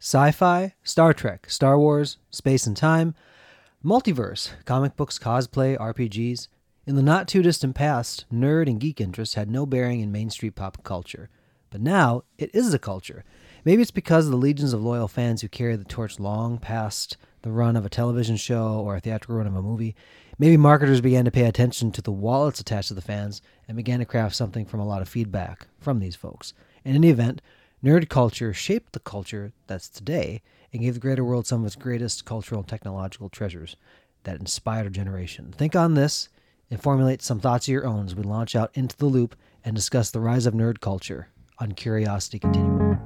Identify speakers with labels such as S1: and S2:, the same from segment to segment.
S1: sci fi, Star Trek, Star Wars, space and time, multiverse, comic books, cosplay, RPGs. In the not too distant past, nerd and geek interests had no bearing in Main Street pop culture. But now, it is a culture. Maybe it's because of the legions of loyal fans who carry the torch long past the run of a television show or a theatrical run of a movie. Maybe marketers began to pay attention to the wallets attached to the fans and began to craft something from a lot of feedback from these folks. In any event, nerd culture shaped the culture that's today and gave the greater world some of its greatest cultural and technological treasures that inspired a generation. Think on this and formulate some thoughts of your own as we launch out into the loop and discuss the rise of nerd culture on Curiosity Continuum.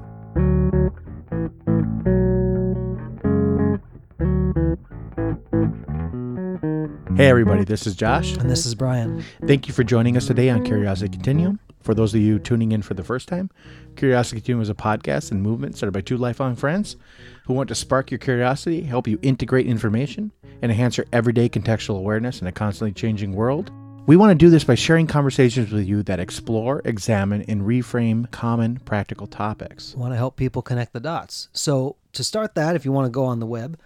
S2: Hey, everybody, this is Josh.
S1: And this is Brian.
S2: Thank you for joining us today on Curiosity Continuum. For those of you tuning in for the first time, Curiosity Continuum is a podcast and movement started by two lifelong friends who want to spark your curiosity, help you integrate information, and enhance your everyday contextual awareness in a constantly changing world. We want to do this by sharing conversations with you that explore, examine, and reframe common practical topics.
S1: want to help people connect the dots. So, to start that, if you want to go on the web,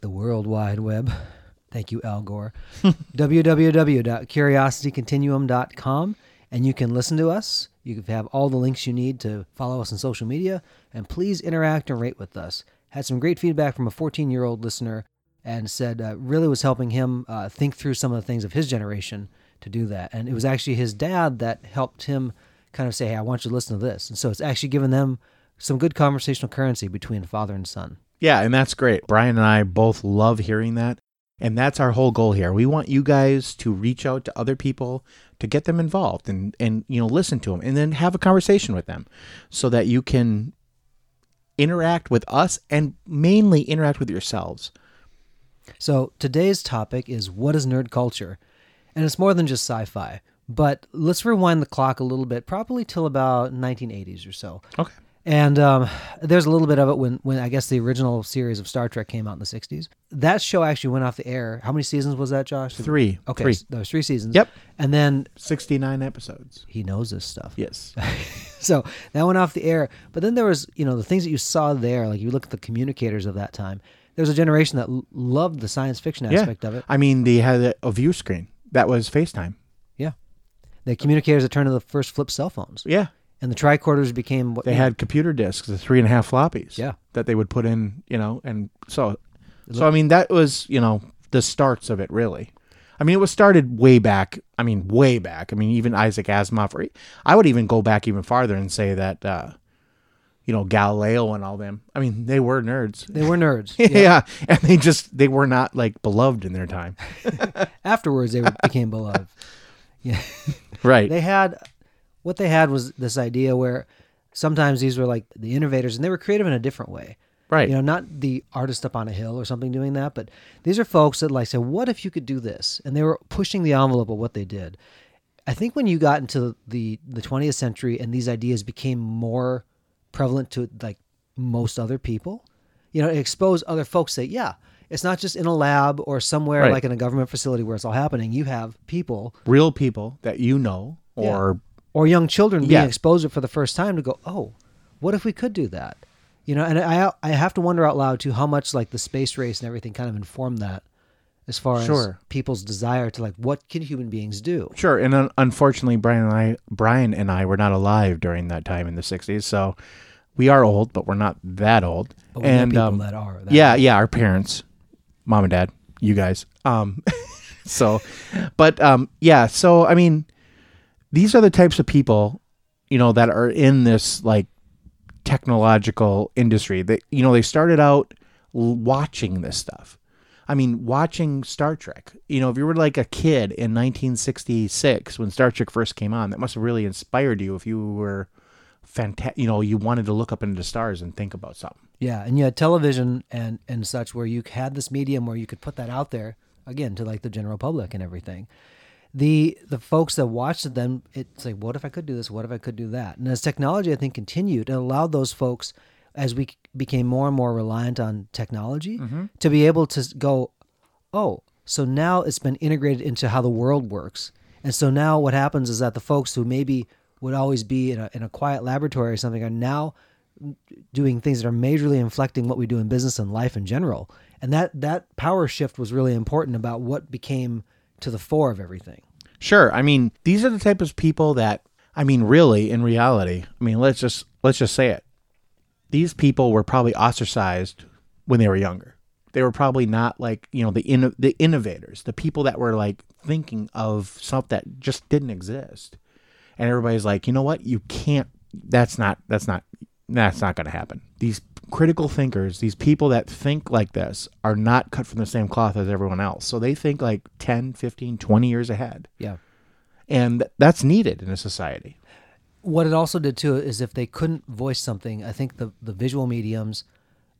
S1: the World Wide Web, thank you, Al Gore, www.curiositycontinuum.com, and you can listen to us. You can have all the links you need to follow us on social media, and please interact and rate with us. Had some great feedback from a 14 year old listener and said uh, really was helping him uh, think through some of the things of his generation to do that. And it was actually his dad that helped him kind of say, Hey, I want you to listen to this. And so it's actually given them some good conversational currency between father and son.
S2: Yeah, and that's great. Brian and I both love hearing that. And that's our whole goal here. We want you guys to reach out to other people to get them involved and and you know listen to them and then have a conversation with them so that you can interact with us and mainly interact with yourselves.
S1: So today's topic is what is nerd culture? And it's more than just sci fi. But let's rewind the clock a little bit, probably till about 1980s or so.
S2: Okay.
S1: And um, there's a little bit of it when, when I guess the original series of Star Trek came out in the 60s. That show actually went off the air. How many seasons was that, Josh?
S2: 3.
S1: Okay,
S2: Three.
S1: so there was three seasons.
S2: Yep.
S1: And then
S2: 69 episodes.
S1: he knows this stuff.
S2: Yes.
S1: so that went off the air. But then there was, you know, the things that you saw there, like you look at the communicators of that time. There was a generation that l- loved the science fiction aspect of it.
S2: I mean, they had a- a view screen. That was FaceTime.
S1: Yeah. The communicators that turned to the first flip cell phones.
S2: Yeah.
S1: And the tricorders became what
S2: They had computer discs, the three and a half floppies.
S1: Yeah.
S2: That they would put in, you know, and so, so I mean, that was you know the starts of it really. I mean, it was started way back. I mean, way back. I mean, even Isaac Asimov. Or, I would even go back even farther and say that, uh, you know, Galileo and all them. I mean, they were nerds.
S1: they were nerds.
S2: Yeah. and they just they were not like beloved in their time.
S1: Afterwards, they became beloved. Yeah.
S2: Right.
S1: they had what they had was this idea where sometimes these were like the innovators and they were creative in a different way
S2: Right.
S1: you know not the artist up on a hill or something doing that but these are folks that like said what if you could do this and they were pushing the envelope of what they did i think when you got into the the 20th century and these ideas became more prevalent to like most other people you know it exposed other folks that yeah it's not just in a lab or somewhere
S2: Right.
S1: like in a government facility where it's all happening you have people
S2: Real people that you know
S1: Yeah.
S2: or
S1: or young children being
S2: Yeah.
S1: exposed to it for the first time to go, oh, what if we could do that? You know, and I I have to wonder out loud too how much like the space race and everything kind of informed that as far
S2: Sure.
S1: as people's desire to like what can human beings do?
S2: Sure, and un- unfortunately, Brian and I, Brian and I, were not alive during that time in the '60s, so we are old, but we're not that old.
S1: But we know
S2: and
S1: people
S2: um,
S1: that are that
S2: yeah, yeah, our parents, mom and dad, you guys. Um, so, but um, yeah, so I mean, these are the types of people, you know, that are in this like technological industry. That you know, they started out l- watching this stuff. I mean, watching Star Trek. You know, if you were like a kid in 1966 when Star Trek first came on, that must have really inspired you. If you were fantastic, you know, you wanted to look up into the stars and think about something.
S1: Yeah, and you had television and and such where you had this medium where you could put that out there again to like the general public and everything. The the folks that watched it then it's like, what if I could do this? What if I could do that? And as technology, I think, continued, it allowed those folks, as we became more and more reliant on technology, to be able to go, oh, so now it's been integrated into how the world works. And so now what happens is that the folks who maybe would always be in a, in a quiet laboratory or something are now doing things that are majorly inflecting what we do in business and life in general. And that that power shift was really important about what became to the fore of everything.
S2: Sure. I mean, these are the type of people that I mean, really, in reality, I mean, let's just let's just say it. These people were probably ostracized when they were younger. They were probably not like you know the inno- the innovators, the people that were like thinking of stuff that just didn't exist. And everybody's like, you know what? You can't. That's not. That's not. That's not going to happen. These critical thinkers, these people that think like this, are not cut from the same cloth as everyone else. So they think like 10, 15, 20 years ahead
S1: Yeah.
S2: and th- that's needed in a society.
S1: What it also did too is if they couldn't voice something, I think the the visual mediums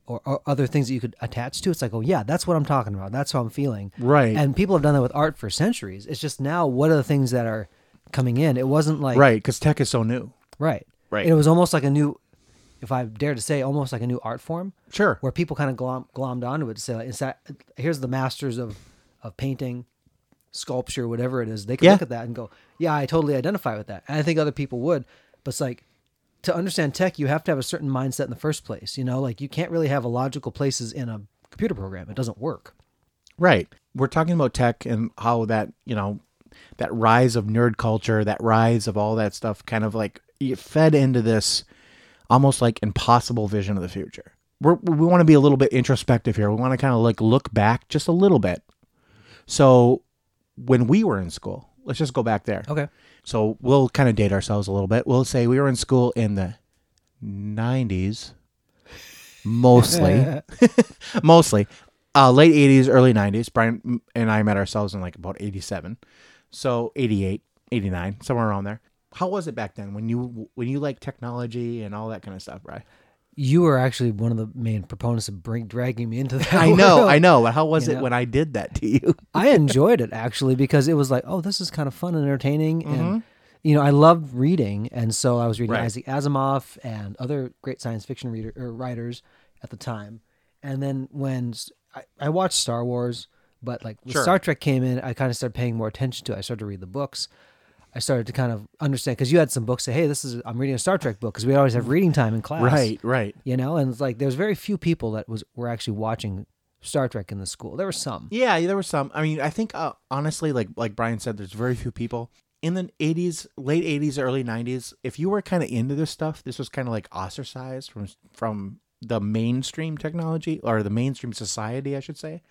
S1: or, or other things that you could attach to, it's like, oh yeah, that's what I'm talking about. That's how I'm feeling.
S2: Right.
S1: And people have done that with art for centuries. It's just now what are the things that are coming in? It wasn't like
S2: Right, because tech is so new.
S1: Right.
S2: Right.
S1: And it was almost like a new, if I dare to say, almost like a new art form.
S2: Sure.
S1: Where people kind of glom, glommed onto it to say, like, it's that, here's the masters of, of painting, sculpture, whatever it is. They could
S2: Yeah.
S1: look at that and go, yeah, I totally identify with that. And I think other people would. But it's like, to understand tech, you have to have a certain mindset in the first place. You know, like you can't really have a logical places in a computer program. It doesn't work.
S2: Right. We're talking about tech and how that, you know, that rise of nerd culture, that rise of all that stuff kind of like you fed into this almost like impossible vision of the future. We're, we want to be a little bit introspective here. We want to kind of like look back just a little bit. So when we were in school, let's just go back there.
S1: Okay.
S2: So we'll kind of date ourselves a little bit. We'll say we were in school in the 90s, mostly, mostly, uh, late 80s, early 90s. Brian and I met ourselves in like about 87, so 88, 89, somewhere around there. How was it back then when you when you like technology and all that kind of stuff, right?
S1: You were actually one of the main proponents of bring, dragging me into that.
S2: I know,
S1: world.
S2: I know. But how was
S1: You
S2: it
S1: know.
S2: when I did that to you?
S1: I enjoyed it actually because it was like, oh, this is kind of fun and entertaining, and you know, I loved reading, and so I was reading
S2: Mm-hmm. Right.
S1: Isaac Asimov and other great science fiction reader or writers at the time, and then when s- I, I watched Star Wars, but like when
S2: Sure.
S1: Star Trek came in, I kind of started paying more attention to. it. I started to read the books. I started to kind of understand because you had some books say, "Hey, this is I'm reading a Star Trek book" because we always have reading time in class,
S2: Right, right.
S1: You know, and it's like there's very few people that was were actually watching Star Trek in the school. There were some,
S2: Yeah, there were some. I mean, I think uh, honestly, like like Brian said, there's very few people in the '80s, late '80s, early '90s. If you were kind of into this stuff, this was kind of like ostracized from from the mainstream technology or the mainstream society, I should say.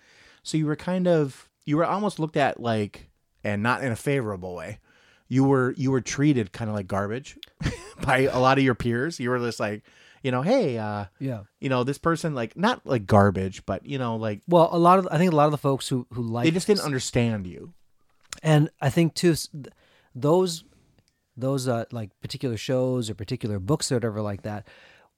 S2: So you were kind of you were almost looked at like, and not in a favorable way. You were you were treated kind of like garbage by a lot of your peers. You were just like, you know, hey, uh,
S1: yeah.
S2: you know, this person like not like garbage, but you know, like
S1: Well, a lot of I think a lot of the folks who who like
S2: they just didn't understand you.
S1: and I think too s- th- those those uh, like particular shows or particular books or whatever like that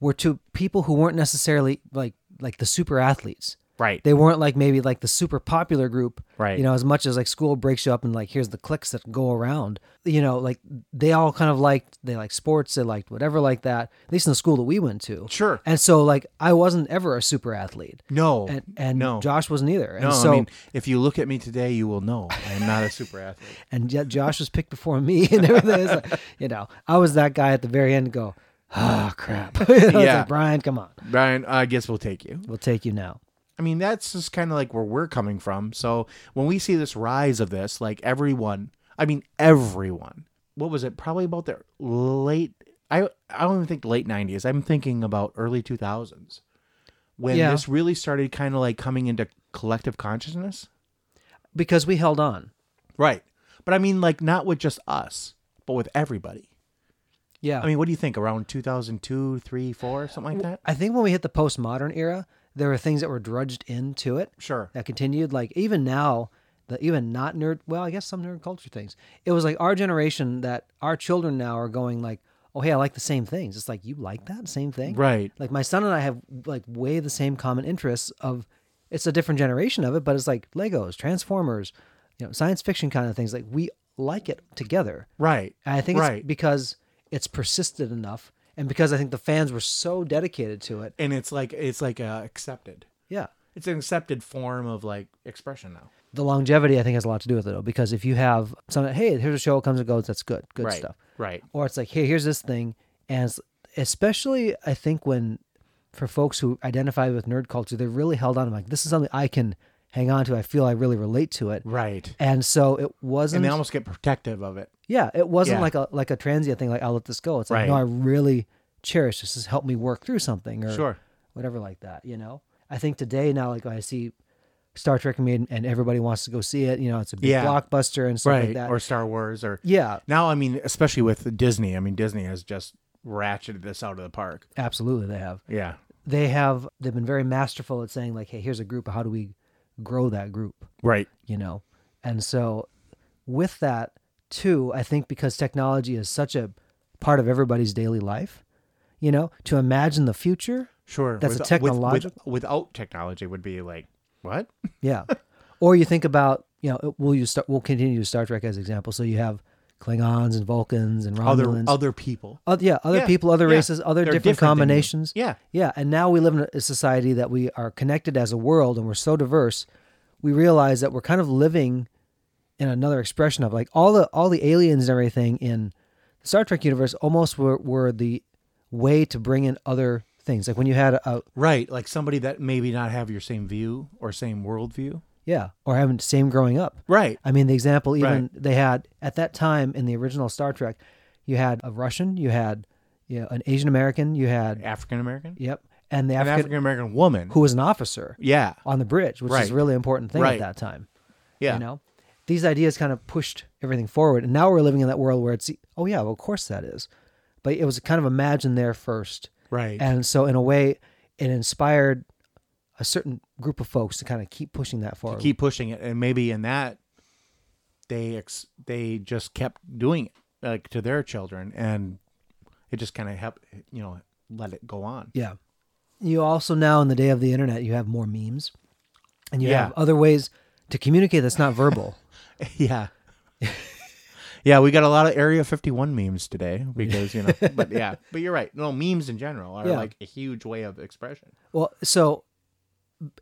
S1: were to people who weren't necessarily like like the super athletes.
S2: Right.
S1: They weren't like maybe like the super popular group,
S2: Right.
S1: You know, as much as like school breaks you up and like here's the cliques that go around. You know, like they all kind of liked they liked sports, they liked whatever like that. At least in the school that we went to,
S2: Sure.
S1: And so like I wasn't ever a super athlete,
S2: no.
S1: and and
S2: no.
S1: Josh wasn't either. And
S2: no,
S1: so
S2: I mean, if you look at me today, you will know I am not a super athlete.
S1: and yet Josh was picked before me and everything. It's like, you know, I was that guy at the very end. Go, ah, crap. You know, it's
S2: Yeah.
S1: like, Brian, come on,
S2: Brian, I guess we'll take you.
S1: we'll take you now.
S2: I mean, that's just kind of like where we're coming from. So when we see this rise of this, like everyone, I mean, everyone, what was it? Probably about the late, I, I don't even think late 90s. I'm thinking about early 2000s when
S1: Yeah.
S2: this really started kind of like coming into collective consciousness.
S1: Because we held on.
S2: Right. But I mean, like, not with just us, but with everybody.
S1: Yeah,
S2: I mean, what do you think? Around 2002, 3, 4, something like that?
S1: I think when we hit the postmodern era, there were things that were drudged into it
S2: Sure.
S1: that continued. Like even now, the even not nerd. Well, I guess some nerd culture things. It was like our generation that our children now are going like, oh hey, I like the same things. It's like you like that same thing,
S2: Right.
S1: like my son and I have like way the same common interests of it's a different generation of it, but it's like Legos, Transformers, you know, science fiction kind of things. Like we like it together.
S2: Right.
S1: And I think
S2: right.
S1: it's because it's persisted enough and because I think the fans were so dedicated to it.
S2: and it's like, it's like uh, accepted.
S1: Yeah.
S2: It's an accepted form of like expression now.
S1: The longevity I think has a lot to do with it though, because if you have some hey, here's a show, it comes and goes, that's good. Good
S2: right.
S1: stuff.
S2: Right.
S1: Or it's like, hey, here's this thing and it's especially I think when for folks who identify with nerd culture, they're really held on. I'm like, this is something I can hang on to. I feel I really relate to it.
S2: Right.
S1: And so it wasn't.
S2: And they almost get protective of it.
S1: yeah, it wasn't
S2: Yeah.
S1: like a like a transient thing. Like I'll let this go. It's like
S2: Right.
S1: no, I really cherish this. This has helped me work through something or
S2: Sure.
S1: whatever like that. You know, I think today now, like when I see Star Trek made and everybody wants to go see it. You know, it's a big
S2: Yeah.
S1: blockbuster and stuff like
S2: Right.
S1: that.
S2: Or Star Wars or
S1: yeah,
S2: now I mean, especially with Disney, I mean Disney has just ratcheted this out of the park.
S1: absolutely, they have.
S2: Yeah.
S1: They have. They've been very masterful at saying like, hey, here's a group. How do we grow that group?
S2: Right.
S1: you know and so with that too i think because technology is such a part of everybody's daily life you know to imagine the future
S2: Sure.
S1: That's a
S2: With- with-
S1: technological-
S2: with- without technology would be like what?
S1: yeah or you think about you know we'll use Star- we'll continue star trek as example so you have klingons and vulcans and
S2: Other
S1: romulans
S2: other people.
S1: Oth- yeah other
S2: Yeah,
S1: people other
S2: yeah.
S1: races other
S2: They're
S1: different,
S2: different than you.
S1: combinations
S2: Yeah.
S1: yeah and now we live in a society that we are connected as a world and we're so diverse we realize that we're kind of living in another expression of like all the all the aliens and everything in the star trek universe almost were, were the way to bring in other things like when you had a, a
S2: Right. Like somebody that maybe not have your same view or same worldview.
S1: yeah or having same growing up
S2: Right.
S1: I mean, the example even
S2: Right.
S1: they had at that time in the original Star Trek, you had a Russian, you had you know, an Asian American, you had
S2: African American?
S1: yep, and the
S2: An
S1: African,
S2: African American woman.
S1: who was an officer
S2: yeah.
S1: on the bridge, which is
S2: Right.
S1: a really important thing at
S2: Right.
S1: that time.
S2: Yeah.
S1: You know, these ideas kind of pushed everything forward, and now we're living in that world where it's oh yeah, well, of course that is, but it was kind of imagined there first,
S2: Right.
S1: and so in a way, it inspired a certain group of folks to kind of keep pushing that forward.
S2: keep pushing it and maybe in that they ex- they just kept doing it like to their children and it just kind of helped you know let it go on
S1: Yeah. You also now in the day of the internet, you have more memes, and you
S2: Yeah.
S1: have other ways to communicate that's not verbal.
S2: yeah yeah we got a lot of area 51 memes today because you know but yeah but you're right no memes in general are
S1: Yeah.
S2: like a huge way of expression
S1: well, so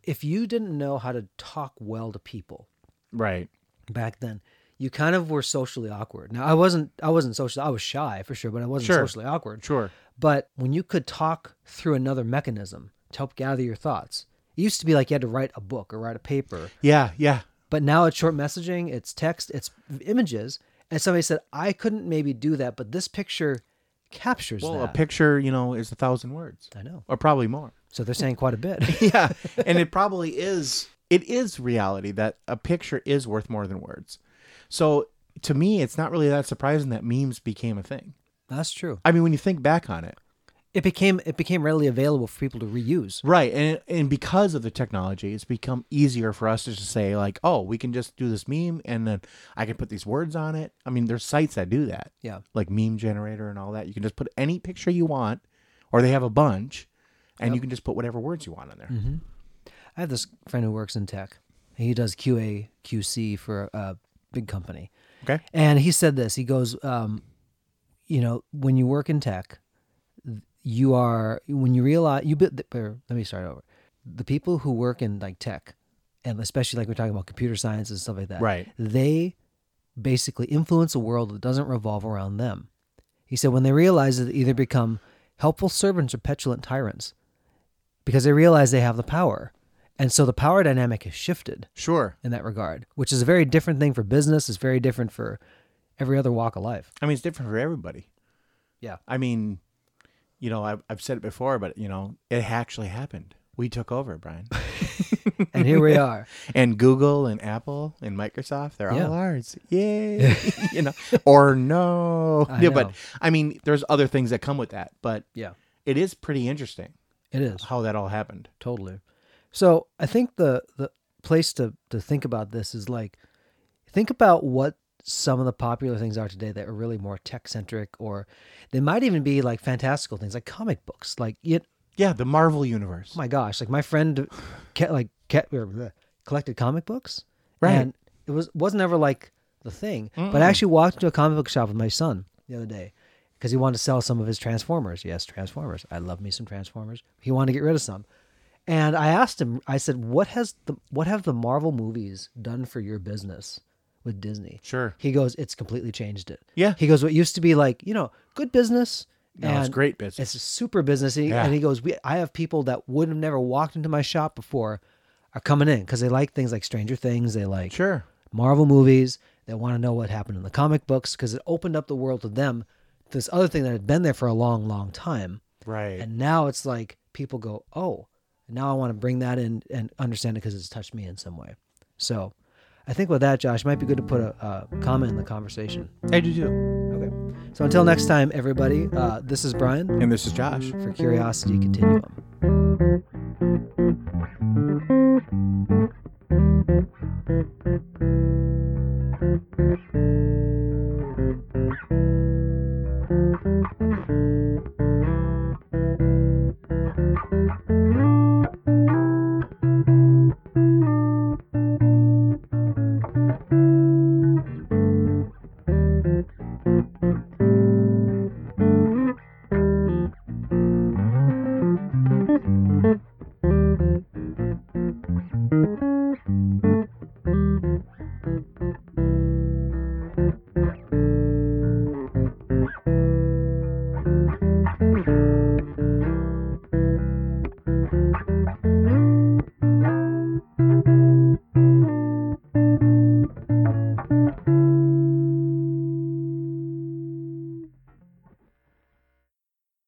S1: if you didn't know how to talk well to people
S2: right
S1: back then, you kind of were socially awkward. Now I wasn't. I wasn't social. I was shy for sure, but I wasn't
S2: Sure.
S1: socially awkward.
S2: sure
S1: But when you could talk through another mechanism to help gather your thoughts, it used to be like you had to write a book or write a paper.
S2: yeah yeah
S1: But now it's short messaging, it's text, it's images. And somebody said, I couldn't maybe do that, but this picture captures
S2: well a
S1: that.
S2: picture you know is a thousand words
S1: I know.
S2: or probably more
S1: So they're saying quite a bit.
S2: yeah and it probably is it is reality that a picture is worth more than words so to me it's not really that surprising that memes became a thing
S1: That's true.
S2: i mean when you think back on it
S1: It became it became readily available for people to reuse.
S2: right and and because of the technology it's become easier for us to just say like oh we can just do this meme and then i can put these words on it i mean there's sites that do that
S1: Yeah.
S2: like meme generator and all that you can just put any picture you want or they have a bunch and you can just put whatever words you want on there
S1: I have this friend who works in tech. He does QA QC for a, a big company.
S2: okay
S1: And he said this. He goes, um, you know, when you work in tech, you are when you realize you. bit- Or let me start over. The people who work in like tech, and especially like we're talking about computer science and stuff like that,
S2: Right.
S1: They basically influence a world that doesn't revolve around them. He said when they realize that they either become helpful servants or petulant tyrants, because they realize they have the power, and so the power dynamic has shifted
S2: sure
S1: in that regard, which is a very different thing for business. It's very different for every other walk of life.
S2: i mean it's different for everybody
S1: Yeah.
S2: I mean, you know, I've, I've said it before, but you know, it actually happened. We took over, Brian,
S1: And here we are.
S2: and Google and Apple and Microsoft—they're
S1: Yeah.
S2: all ours. Yay! you know, or no?
S1: I
S2: yeah, but
S1: know.
S2: I mean, there's other things that come with that, but
S1: Yeah.
S2: it is pretty interesting
S1: It is.
S2: how that all happened.
S1: Totally. So I think the, the place to, to think about this is like, think about what some of the popular things are today that are really more tech centric, or they might even be like fantastical things like comic books. Like, you,
S2: Yeah, the Marvel universe.
S1: oh my gosh, like my friend ca- like ca- or bleh, collected comic books.
S2: Right.
S1: And it was wasn't ever like the thing. But I actually walked into a comic book shop with my son the other day because he wanted to sell some of his Transformers. Yes, Transformers. I love me some Transformers. He wanted to get rid of some. And I asked him, I said, What has the what have the Marvel movies done for your business with Disney?
S2: Sure.
S1: He goes, It's completely changed it.
S2: Yeah.
S1: He goes, What used to be like, you know, good business
S2: No, it's
S1: And
S2: great business.
S1: It's super businessy,
S2: Yeah.
S1: and he goes, "We, I have people that would have never walked into my shop before, are coming in because they like things like Stranger Things, they like
S2: sure.
S1: Marvel movies, they want to know what happened in the comic books because it opened up the world to them. This other thing that had been there for a long, long time,
S2: Right.
S1: and now it's like people go, "Oh, now I want to bring that in and understand it because it's touched me in some way." So, I think with that, Josh, it might be good to put a, a comment in the conversation.
S2: I do too.
S1: Okay. So until next time, everybody. Uh, this is Brian
S2: And this is Josh.
S1: for Curiosity Continuum.